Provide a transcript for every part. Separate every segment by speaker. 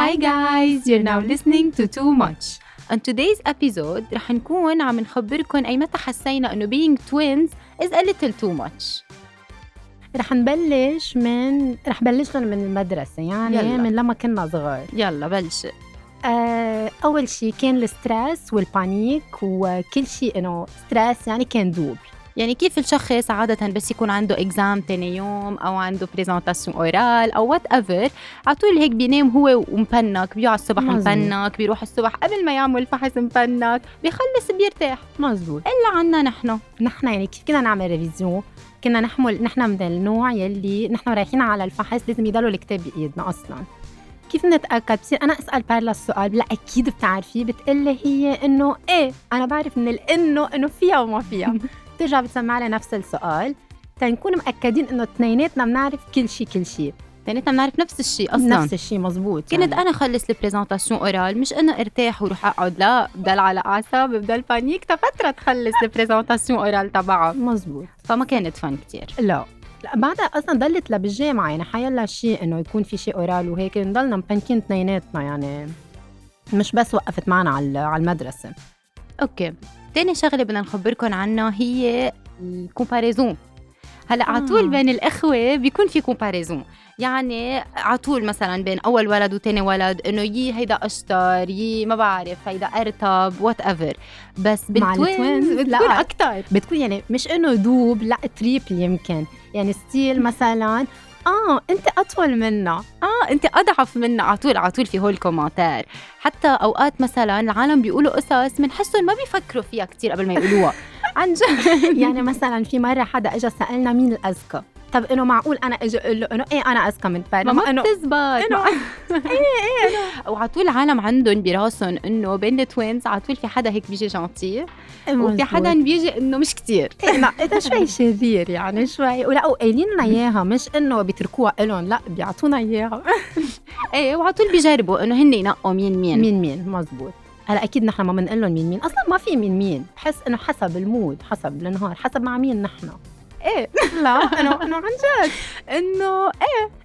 Speaker 1: Hi guys, you're now listening to Too Much.
Speaker 2: On today's episode رح نكون عم نخبركن أي متى حسينا إنه being twins is a little too much.
Speaker 3: رح نبلش من رح بلش لنا من المدرسة يعني
Speaker 2: يلا.
Speaker 3: يلا. من لما كنا صغار
Speaker 2: يلا بلشي
Speaker 3: آه أول شيء كان الستريس والبانيك وكل شيء إنه ستريس يعني كان دوب
Speaker 2: يعني كيف الشخص عادة بس يكون عنده اكزام تاني يوم أو عنده بريزنتاسيون أورال أو وات ايفر على طول هيك بينام هو ومبنك بيقعد الصبح
Speaker 3: مظبوط.
Speaker 2: مبنك بيروح الصبح قبل ما يعمل فحص مبنك بيخلص بيرتاح
Speaker 3: مزبوط
Speaker 2: إلا عنا نحن
Speaker 3: نحن يعني كيف كنا نعمل ريفيزيون كنا نحمل نحن من النوع يلي نحن رايحين على الفحص لازم يضلوا الكتاب بايدنا اصلا كيف نتاكد بصير انا اسال بارلا السؤال لا اكيد بتعرفي بتقلي هي انه ايه انا بعرف من الانه انه فيها وما فيها بترجع بتسمع لي نفس السؤال تنكون مأكدين انه اثنيناتنا بنعرف كل شيء كل شيء
Speaker 2: تانيتنا بنعرف نفس الشيء أصلا
Speaker 3: نفس الشيء مزبوط
Speaker 2: كنت
Speaker 3: يعني.
Speaker 2: انا خلص البرزنتاسيون اورال مش انه ارتاح وروح اقعد لا بضل على اعصابي بضل بانيك تفتره تخلص البرزنتاسيون اورال تبعها
Speaker 3: مزبوط
Speaker 2: فما كانت فن كتير
Speaker 3: لا لا بعدها اصلا ضلت لبالجامعه يعني حيلا شيء انه يكون في شيء اورال وهيك نضلنا مبنكين اثنيناتنا يعني مش بس وقفت معنا على على المدرسه
Speaker 2: اوكي تاني شغله بدنا نخبركم عنها هي الكومباريزون هلا على
Speaker 3: آه.
Speaker 2: طول بين الاخوه بيكون في كومباريزون يعني على طول مثلا بين اول ولد وتاني ولد انه يي هيدا اشطر يي ما بعرف هيدا ارتب وات ايفر بس
Speaker 3: مع
Speaker 2: بالتوينز
Speaker 3: التوينز
Speaker 2: بتكون
Speaker 3: لا.
Speaker 2: اكثر
Speaker 3: بتكون يعني مش انه دوب لا تريبل يمكن يعني ستيل مثلا اه انت اطول منا
Speaker 2: اه انت اضعف منا على طول على طول في هول الكومنتار حتى اوقات مثلا العالم بيقولوا قصص بنحسهم ما بيفكروا فيها كتير قبل ما يقولوها عن جد
Speaker 3: يعني مثلا في مره حدا اجى سالنا مين الاذكى طب انه معقول انا اجي اقول له انه ايه انا اذكى من
Speaker 2: ما
Speaker 3: بارا ما
Speaker 2: ما
Speaker 3: انه
Speaker 2: بتزبط ما- إيه، وعلى طول العالم عندهم براسهم انه بين التوينز على طول في حدا هيك بيجي جنتي وفي حدا بيجي انه مش كتير
Speaker 3: إيه، لا اذا شوي شرير يعني شوي ولا وقايلين لنا اياها مش انه بيتركوها الهم لا بيعطونا اياها
Speaker 2: ايه وعلى طول بيجربوا انه هن ينقوا مين مين
Speaker 3: مين مين مزبوط هلا اكيد نحن ما بنقول لهم مين مين اصلا ما في مين مين بحس انه حسب المود حسب النهار حسب مع مين نحن
Speaker 2: ايه
Speaker 3: لا انه انه عن جد
Speaker 2: انه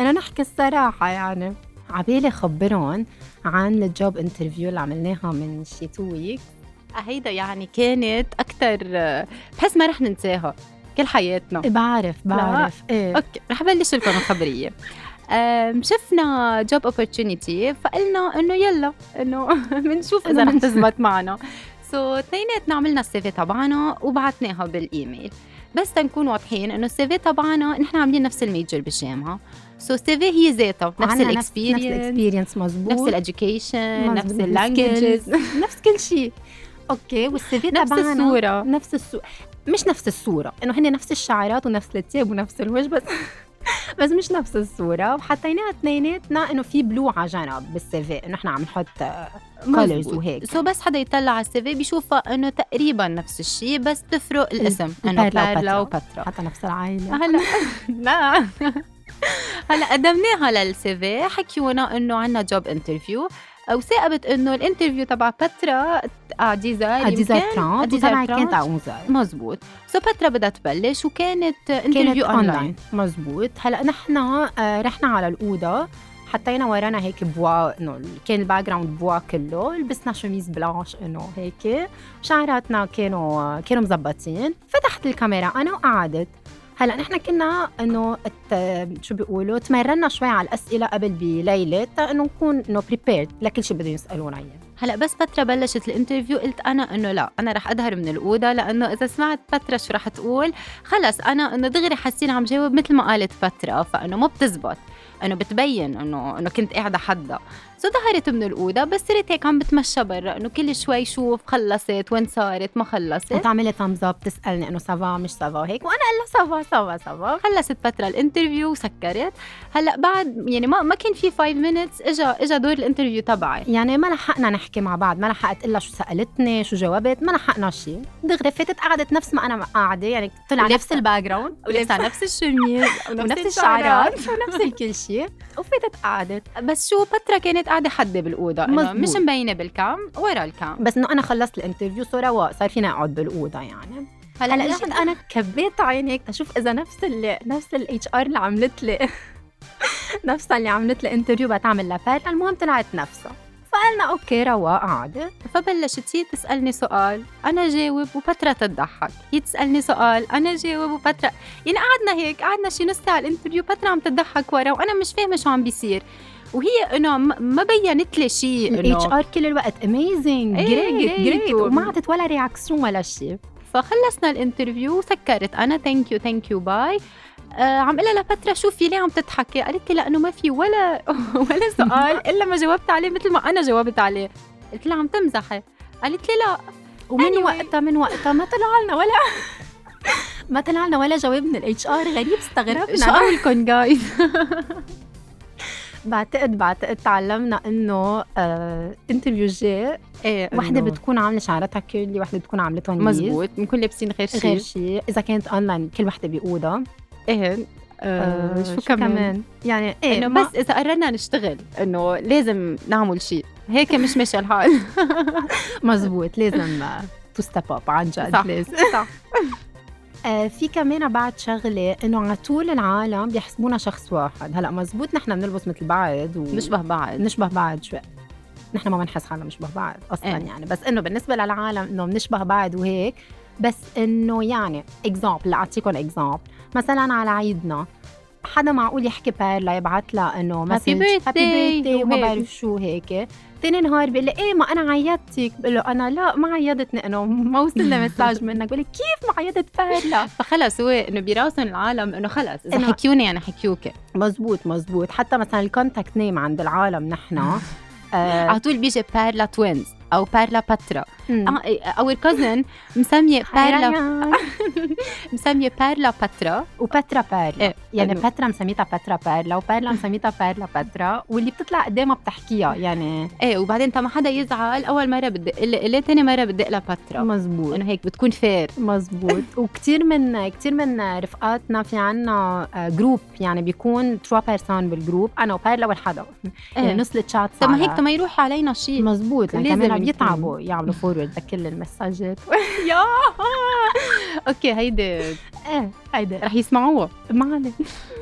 Speaker 3: انه نحكي الصراحه يعني عبالي خبرهم عن الجوب انترفيو اللي عملناها من شي تو ويك
Speaker 2: هيدا يعني كانت اكثر بحس ما رح ننساها كل حياتنا
Speaker 3: بعرف
Speaker 2: لا.
Speaker 3: بعرف ايه
Speaker 2: اوكي رح بلش لكم الخبريه أم، شفنا جوب اوبورتونيتي فقلنا انه يلا انه بنشوف اذا رح تزبط معنا سو so, اثنيناتنا عملنا السيفي تبعنا وبعتناها بالايميل بس تنكون واضحين انه السيفي تبعنا نحن عاملين نفس الميجر بالجامعه سو so, السيفي هي ذاتها نفس
Speaker 3: عنا نفس
Speaker 2: الاكسبيرينس
Speaker 3: الاكسبيرينس مزبوط
Speaker 2: نفس الاديوكيشن
Speaker 3: مزبوط.
Speaker 2: نفس
Speaker 3: نفس
Speaker 2: اللانجوجز
Speaker 3: نفس كل شيء اوكي والسي في
Speaker 2: نفس
Speaker 3: تبعنا
Speaker 2: الصوره
Speaker 3: نفس السو... مش نفس الصورة إنه هن نفس الشعرات ونفس التياب ونفس الوجه بس بس مش نفس الصورة وحطيناها اثنيناتنا إنه في بلو على جنب بالسي في إنه إحنا عم نحط كولرز وهيك
Speaker 2: سو بس حدا يطلع على السيفي بيشوفها انه تقريبا نفس الشيء بس بتفرق الاسم انه
Speaker 3: بارلا
Speaker 2: بارلا
Speaker 3: وبترا.
Speaker 2: وبترا
Speaker 3: حتى نفس العائلة
Speaker 2: هلا لا هلا قدمناها للسي في حكيونا انه عنا جوب انترفيو وثاقبت انه الانترفيو تبع بترا عزيزة
Speaker 3: أديزا ترامب
Speaker 2: أديزا
Speaker 3: وطبعا
Speaker 2: ترامب.
Speaker 3: كانت عوزة
Speaker 2: مزبوط سو بترا بدها تبلش وكانت
Speaker 3: كانت
Speaker 2: انترفيو اونلاين
Speaker 3: أونلاين مزبوط هلا نحن آه، رحنا على الأوضة حطينا ورانا هيك بوا انه ال- كان الباك جراوند بوا كله لبسنا شميز بلانش انه هيك شعراتنا كانوا كانوا مزبطين فتحت الكاميرا انا وقعدت هلا نحن كنا انه الت- شو بيقولوا تمرنا شوي على الاسئله قبل بليله تا انه نكون انه بريبيرد لكل شيء بدهم يسالونا اياه
Speaker 2: هلا بس بترا بلشت الانترفيو قلت انا انه لا انا رح اظهر من الاوضه لانه اذا سمعت بترا شو رح تقول خلص انا انه دغري حاسين عم جاوب مثل ما قالت بترا فانه ما بتزبط انه بتبين انه انه كنت قاعده حدا سو ظهرت من الاوضه بس صرت هيك عم بتمشى برا انه كل شوي شوف خلصت وين صارت ما خلصت
Speaker 3: وتعملي ثامز اب تسالني انه سافا مش سافا هيك وانا اقول لها سافا سافا سافا
Speaker 2: خلصت بترا الانترفيو وسكرت هلا بعد يعني ما ما كان في 5 مينتس اجى اجى دور الانترفيو تبعي
Speaker 3: يعني ما لحقنا نحكي مع بعض ما لحقت الا شو سالتني شو جاوبت ما لحقنا شيء دغري فاتت قعدت نفس ما انا قاعده يعني طلع
Speaker 2: ولبسة.
Speaker 3: نفس الباك جراوند
Speaker 2: ولابسه نفس الشميز ونفس الشعرات
Speaker 3: الشعرات ونفس كل شيء وفاتت قعدت
Speaker 2: بس شو بترا كانت قاعده حدة بالاوضه انه
Speaker 3: مزبوط.
Speaker 2: مش مبينه بالكام ورا الكام
Speaker 3: بس انه انا خلصت الانترفيو صار رواق صار فينا اقعد بالاوضه يعني هلا
Speaker 2: نحن-
Speaker 3: اجيت انا كبيت عيني هيك اشوف اذا نفس ال نفس الاتش ار اللي عملت لي نفسها اللي عملت لها انترفيو بتعمل لها بيرلا المهم طلعت نفسها فقلنا اوكي رواق عادي
Speaker 2: فبلشت هي تسالني سؤال انا جاوب وبترا تضحك هي تسالني سؤال انا جاوب وبترا يعني قعدنا هيك قعدنا شي نص ساعه الانترفيو بترا عم تضحك ورا وانا مش فاهمه شو عم بيصير وهي انه م- ما بينت لي شيء
Speaker 3: الاتش
Speaker 2: انه
Speaker 3: ار كل الوقت اميزنج
Speaker 2: إيه،
Speaker 3: جريت
Speaker 2: great.
Speaker 3: جريت وما عطت ولا رياكسيون ولا شيء
Speaker 2: فخلصنا الانترفيو وسكرت انا ثانك يو ثانك يو باي آه عم قلها لبترا شو في ليه عم تضحكي؟ قالت لي لانه ما في ولا ولا سؤال الا ما جاوبت عليه مثل ما انا جاوبت عليه قلت لها عم تمزحي قالت لي لا
Speaker 3: ومن
Speaker 2: Anyway.
Speaker 3: anyway. وقتها من وقتها ما طلع لنا ولا ما طلع لنا ولا جواب من الاتش ار غريب
Speaker 2: شو
Speaker 3: استغربنا
Speaker 2: قولكم جايز
Speaker 3: بعتقد بعتقد تعلمنا آه، انه انترفيو الجاي
Speaker 2: ايه
Speaker 3: وحده
Speaker 2: إنه-
Speaker 3: إيه، بتكون عامله شعرتها كيرلي وحده بتكون عاملتها نيز.
Speaker 2: مزبوط بنكون لابسين غير شيء
Speaker 3: غير شيء اذا كانت اونلاين كل وحده بيقودها
Speaker 2: ايه آه شو كمان,
Speaker 3: يعني ايه
Speaker 2: انه بس اذا قررنا نشتغل انه لازم نعمل شيء هيك مش ماشي الحال
Speaker 3: مزبوط لازم آه، تو ستيب اب عن جد
Speaker 2: صح.
Speaker 3: لازم
Speaker 2: صح
Speaker 3: آه، في كمان بعد شغله انه على طول العالم بيحسبونا شخص واحد هلا مزبوط نحن بنلبس مثل بعض و...
Speaker 2: نشبه بعض
Speaker 3: نشبه بعض شوي نحن ما بنحس حالنا مشبه بعض اصلا
Speaker 2: إيه.
Speaker 3: يعني بس انه بالنسبه للعالم انه بنشبه بعض وهيك بس انه يعني اكزامبل اعطيكم اكزامبل مثلا على عيدنا حدا معقول يحكي بيرلا يبعت لها انه مسج
Speaker 2: birthday
Speaker 3: وما
Speaker 2: وهيك.
Speaker 3: بعرف شو هيك ثاني نهار بيقول لي ايه ما انا عيطتك بقول له انا لا ما عيطتني انا ما وصلنا مساج منك بقول لي كيف ما عيطت بيرلا
Speaker 2: فخلص هو انه براسهم العالم انه خلص اذا
Speaker 3: إنه-
Speaker 2: حكيوني يعني حكيوك
Speaker 3: مزبوط مزبوط حتى مثلا الكونتاكت نيم عند العالم نحن آه
Speaker 2: على طول بيجي بارلا توينز او بارلا باترا
Speaker 3: م.
Speaker 2: اور كوزن مسميه
Speaker 3: هاي
Speaker 2: بارلا
Speaker 3: ريان.
Speaker 2: مسميه بارلا باترا
Speaker 3: وباترا بارلا
Speaker 2: إيه،
Speaker 3: إيه. يعني
Speaker 2: حلو.
Speaker 3: باترا مسميتها باترا بارلا وبارلا مسميتها بارلا باترا واللي بتطلع قدامها بتحكيها يعني
Speaker 2: ايه وبعدين تا ما حدا يزعل اول مره بدق لها ليه ثاني مره بدق لها باترا
Speaker 3: مزبوط
Speaker 2: انه هيك بتكون فير
Speaker 3: مزبوط وكتير من كتير من رفقاتنا في عنا آه، جروب يعني بيكون تروا بيرسون بالجروب انا وبارلا والحدا يعني
Speaker 2: إيه.
Speaker 3: نص الشات
Speaker 2: طب ما هيك طب ما يروح علينا شيء
Speaker 3: مزبوط لان
Speaker 2: لازم
Speaker 3: كمان
Speaker 2: يكون.
Speaker 3: بيتعبوا يعملوا فورورد لكل المساجات
Speaker 2: يا اوكي هيدي
Speaker 3: ايه هيدا
Speaker 2: رح يسمعوها
Speaker 3: ما علي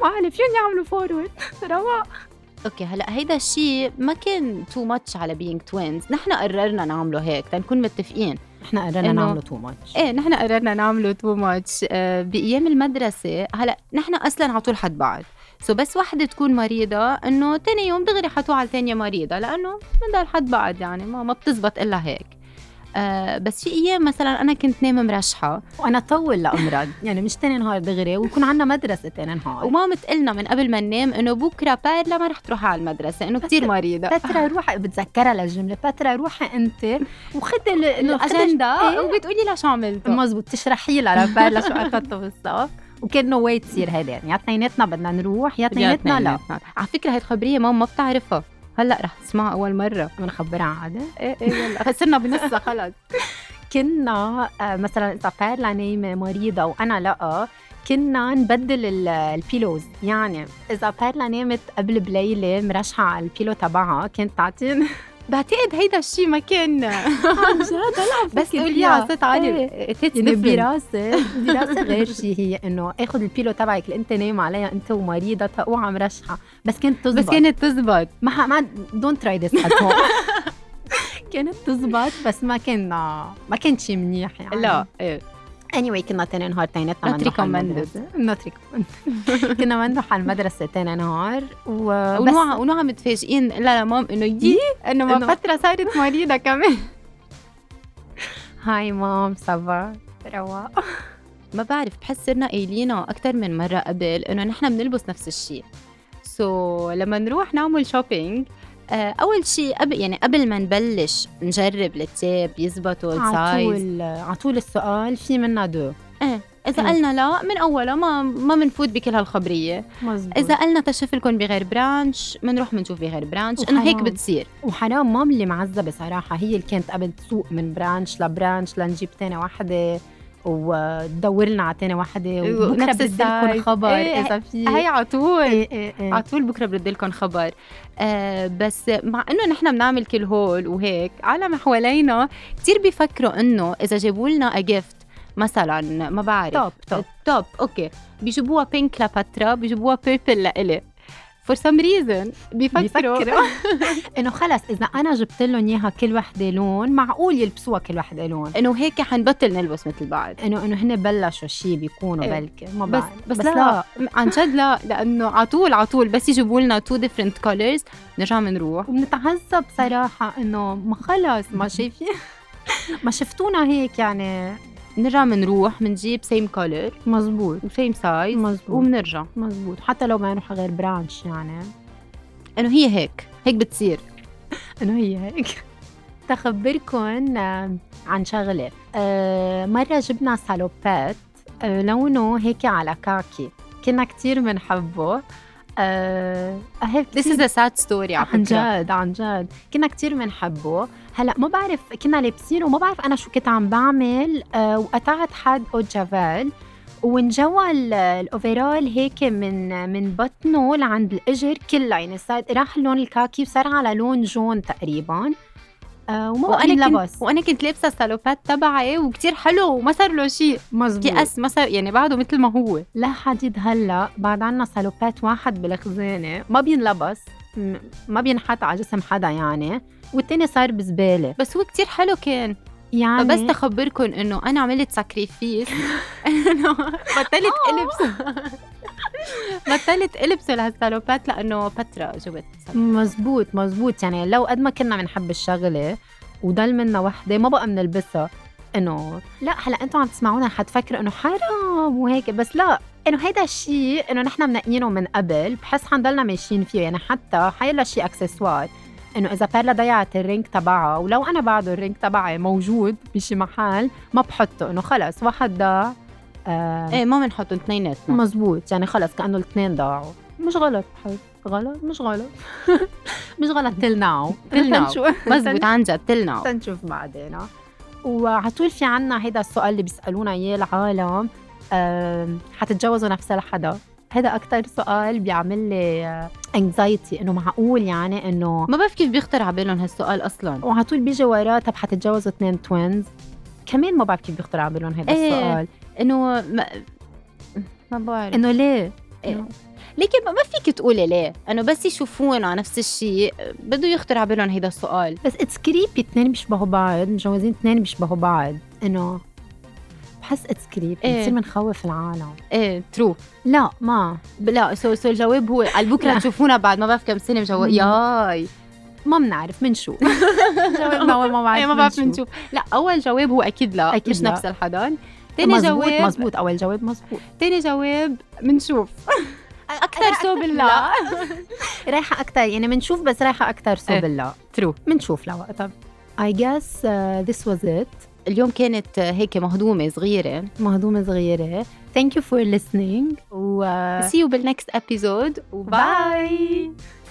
Speaker 3: ما علي فيهم يعملوا فورورد رواق
Speaker 2: اوكي هلا هيدا الشيء ما كان تو ماتش على بينج توينز نحن قررنا نعمله هيك تنكون متفقين
Speaker 3: احنا
Speaker 2: إنه-
Speaker 3: قررنا نعمله تو ماتش
Speaker 2: ايه نحن قررنا نعمله آه، تو ماتش بايام المدرسه هلا نحن اصلا على طول حد بعض سو بس وحده تكون مريضه انه تاني يوم دغري حتوع على الثانيه مريضه لانه بنضل حد بعض يعني ما ما بتزبط الا هيك آه بس في ايام مثلا انا كنت نايمه مرشحه
Speaker 3: وانا طول لامرض يعني مش تاني نهار دغري ويكون عنا مدرسه تاني نهار
Speaker 2: وماما تقلنا من قبل ما ننام انه بكره بارلا ما رح تروح على المدرسه انه كثير مريضه
Speaker 3: بترا روحي بتذكرها للجمله بترا روحي انت وخدي ال-
Speaker 2: انه
Speaker 3: خدي
Speaker 2: اجنده
Speaker 3: إيه.
Speaker 2: وبتقولي لها شو عملته
Speaker 3: مزبوط تشرحي لها لبارلا شو اخذته بالصف وكانه وي تصير هيدا يعني يا اثنيناتنا بدنا نروح يا اثنيناتنا لا
Speaker 2: على فكره هاي الخبريه ماما ما بتعرفها هلا رح تسمعها اول مره
Speaker 3: بنخبرها عادي
Speaker 2: ايه ايه يلا صرنا بنصها خلص
Speaker 3: كنا آه، مثلا اذا بارلا نايمه مريضه وانا لا كنا نبدل ال- البيلوز يعني اذا بارلا نامت قبل بليله مرشحه على البيلو تبعها كانت تعطيني
Speaker 2: بعتقد هيدا الشيء ما كان
Speaker 3: عن جد هلا
Speaker 2: بس
Speaker 3: بفكر
Speaker 2: تقولي
Speaker 3: فيها.
Speaker 2: على صوت عالي
Speaker 3: إيه.
Speaker 2: It's
Speaker 3: يعني
Speaker 2: different.
Speaker 3: براسه براسه غير شيء هي انه اخذ البيلو تبعك اللي انت نايم عليها انت ومريضه تقوع مرشحه بس كانت تزبط
Speaker 2: بس كانت تزبط
Speaker 3: ما ما دونت تراي ذس كانت تزبط بس ما كان آه، ما كان شيء منيح يعني
Speaker 2: لا ايه
Speaker 3: اني anyway, كنا تاني نهار تانيتنا
Speaker 2: Not
Speaker 3: منروح على
Speaker 2: recommended.
Speaker 3: المدرسة. Not recommended. كنا منروح على المدرسه تاني نهار
Speaker 2: ونوعا
Speaker 3: وبس
Speaker 2: ونوعا متفاجئين لا لا مام انه يي انه ما
Speaker 3: إنه-
Speaker 2: فتره صارت مريضه كمان
Speaker 3: هاي مام صبا رواق
Speaker 2: ما بعرف بحس صرنا قايلينها أكتر من مرة قبل إنه نحن بنلبس نفس الشيء سو so, لما نروح نعمل شوبينج آه، أول شيء قبل يعني قبل ما نبلش نجرب التيب يزبطوا
Speaker 3: على
Speaker 2: السايز
Speaker 3: طول على طول السؤال في منا دو
Speaker 2: إذا
Speaker 3: مم.
Speaker 2: قلنا لا من أولها ما ما بنفوت بكل هالخبرية
Speaker 3: مزبوط
Speaker 2: إذا قلنا تشوف لكم بغير برانش بنروح بنشوف بغير برانش إنه هيك
Speaker 3: وحرام.
Speaker 2: بتصير
Speaker 3: وحرام مام اللي معذبه صراحه هي اللي كانت قبل تسوق من برانش لبرانش لنجيب تاني وحده وتدور لنا على تاني وحده
Speaker 2: ونفس
Speaker 3: وبكره بدي لكم
Speaker 2: السايز.
Speaker 3: خبر
Speaker 2: إيه،
Speaker 3: اذا في
Speaker 2: هي على طول
Speaker 3: إيه إيه إيه.
Speaker 2: على طول بكره برد لكم خبر آه بس مع انه نحن بنعمل كل هول وهيك عالم حوالينا كثير بيفكروا انه اذا جابوا لنا جيفت مثلا ما بعرف
Speaker 3: توب توب
Speaker 2: توب اوكي بيجيبوها بينك لباترا بيجيبوها بيربل لإلي فور سم ريزن بيفكروا
Speaker 3: بيفكروا انه خلص اذا انا جبت لهم اياها كل وحده لون معقول يلبسوها كل وحده لون
Speaker 2: انه هيك حنبطل نلبس مثل بعض
Speaker 3: انه انه هن بلشوا شيء بيكونوا
Speaker 2: إيه.
Speaker 3: بلكي ما
Speaker 2: بس
Speaker 3: بعرف
Speaker 2: بس, لا, عن جد لا لانه على طول على طول بس يجيبوا لنا تو ديفرنت كولرز نرجع بنروح
Speaker 3: وبنتعذب صراحه انه ما خلص ما شايفين ما شفتونا هيك يعني
Speaker 2: بنرجع بنروح بنجيب سيم كولر
Speaker 3: مزبوط
Speaker 2: وسيم سايز
Speaker 3: مزبوط
Speaker 2: وبنرجع
Speaker 3: مزبوط حتى لو ما نروح غير برانش يعني
Speaker 2: انه هي هيك هيك بتصير
Speaker 3: انه هي هيك تخبركم عن شغله آه، مره جبنا سالوبات آه، لونه هيك على كاكي كنا كتير بنحبه آه، هيك
Speaker 2: This is a sad story على
Speaker 3: عن
Speaker 2: فكرة.
Speaker 3: جد عن جد كنا كتير بنحبه هلا ما بعرف كنا لابسينه وما بعرف انا شو كنت عم بعمل آه وقطعت حد او جافيل وانجوى ال- الاوفرول هيك من من بطنه لعند الاجر كله يعني صار راح لون الكاكي وصار على لون جون تقريبا آه وما
Speaker 2: وانا
Speaker 3: وانا
Speaker 2: كنت
Speaker 3: لبس
Speaker 2: وانا كنت لابسه السالوبات تبعي وكتير حلو وما صار له شيء
Speaker 3: مزبوط
Speaker 2: كأس ما صار يعني بعده مثل ما هو
Speaker 3: لحديد هلا بعد عنا سالوبات واحد بالخزانه ما بينلبس م- ما بينحط على جسم حدا يعني والتاني صار بزباله
Speaker 2: بس هو كتير حلو كان
Speaker 3: يعني
Speaker 2: فبس تخبركم انه انا عملت ساكريفيس انه بطلت
Speaker 3: آه.
Speaker 2: البسه بطلت البسه لهالسالوبات لانه فتره جبت سالوبات.
Speaker 3: مزبوط مزبوط يعني لو قد ما كنا بنحب الشغله وضل منا وحده ما بقى بنلبسها انه لا هلا انتم عم تسمعونا حتفكروا انه حرام وهيك بس لا انه هيدا الشيء انه نحن منقينه من قبل بحس حنضلنا ماشيين فيه يعني حتى حيلا شيء اكسسوار انه اذا بيرلا ضيعت الرينك تبعها ولو انا بعده الرينك تبعي موجود بشي محل ما بحطه انه خلص واحد ضاع آه
Speaker 2: ايه ما بنحطهم اثنيناتنا
Speaker 3: مزبوط يعني خلص كانه الاثنين ضاعوا مش غلط حبيبي غلط مش غلط مش غلط till now
Speaker 2: Till now. مزبوط
Speaker 3: مزبوط
Speaker 2: عن جد تلنعوا
Speaker 3: تنشوف بعدين وعلى طول في عنا هيدا السؤال اللي بيسالونا اياه العالم آم، حتتجوزوا نفس الحدا هذا اكثر سؤال بيعمل لي انكزايتي انه معقول يعني انه
Speaker 2: ما بعرف كيف بيخطر على بالهم هالسؤال اصلا
Speaker 3: وعلى طول بيجي وراه طب حتتجوزوا اثنين توينز كمان ما بعرف كيف بيخطر على بالهم هذا
Speaker 2: إيه.
Speaker 3: السؤال
Speaker 2: انه ما ما بعرف
Speaker 3: انه ليه
Speaker 2: لكن ما- ما فيك تقولي ليه انه بس يشوفون على نفس الشيء بده يخطر على بالهم هيدا السؤال
Speaker 3: بس اتس كريبي اثنين بيشبهوا بعض متجوزين اثنين بيشبهوا بعض انه بحس اتس كريبي
Speaker 2: إيه.
Speaker 3: بنصير بنخوف العالم
Speaker 2: ايه ترو
Speaker 3: لا ما
Speaker 2: لا سو سو الجواب هو على بكره
Speaker 3: لا.
Speaker 2: تشوفونا بعد ما بعرف كم سنه مجو ياي
Speaker 3: ما بنعرف منشوف جاوبنا اول ما بعرف
Speaker 2: ايه ما بعرف بنشوف لا اول جواب هو اكيد لا
Speaker 3: أكيد
Speaker 2: مش
Speaker 3: لا.
Speaker 2: نفس الحضان
Speaker 3: تاني
Speaker 2: تاني
Speaker 3: مزبوط
Speaker 2: جواب
Speaker 3: مزبوط اول جواب مزبوط
Speaker 2: تاني جواب منشوف اكثر سو بالله
Speaker 3: لا. رايحه اكثر يعني بنشوف بس رايحه اكثر
Speaker 2: إيه.
Speaker 3: صوب الله
Speaker 2: ترو
Speaker 3: بنشوف لوقتها I guess uh, this was it
Speaker 2: اليوم كانت هيك مهضومه صغيره
Speaker 3: مهضومة صغيرة Thank you for listening و
Speaker 2: see you بالنكست ابيزود وباي
Speaker 3: باي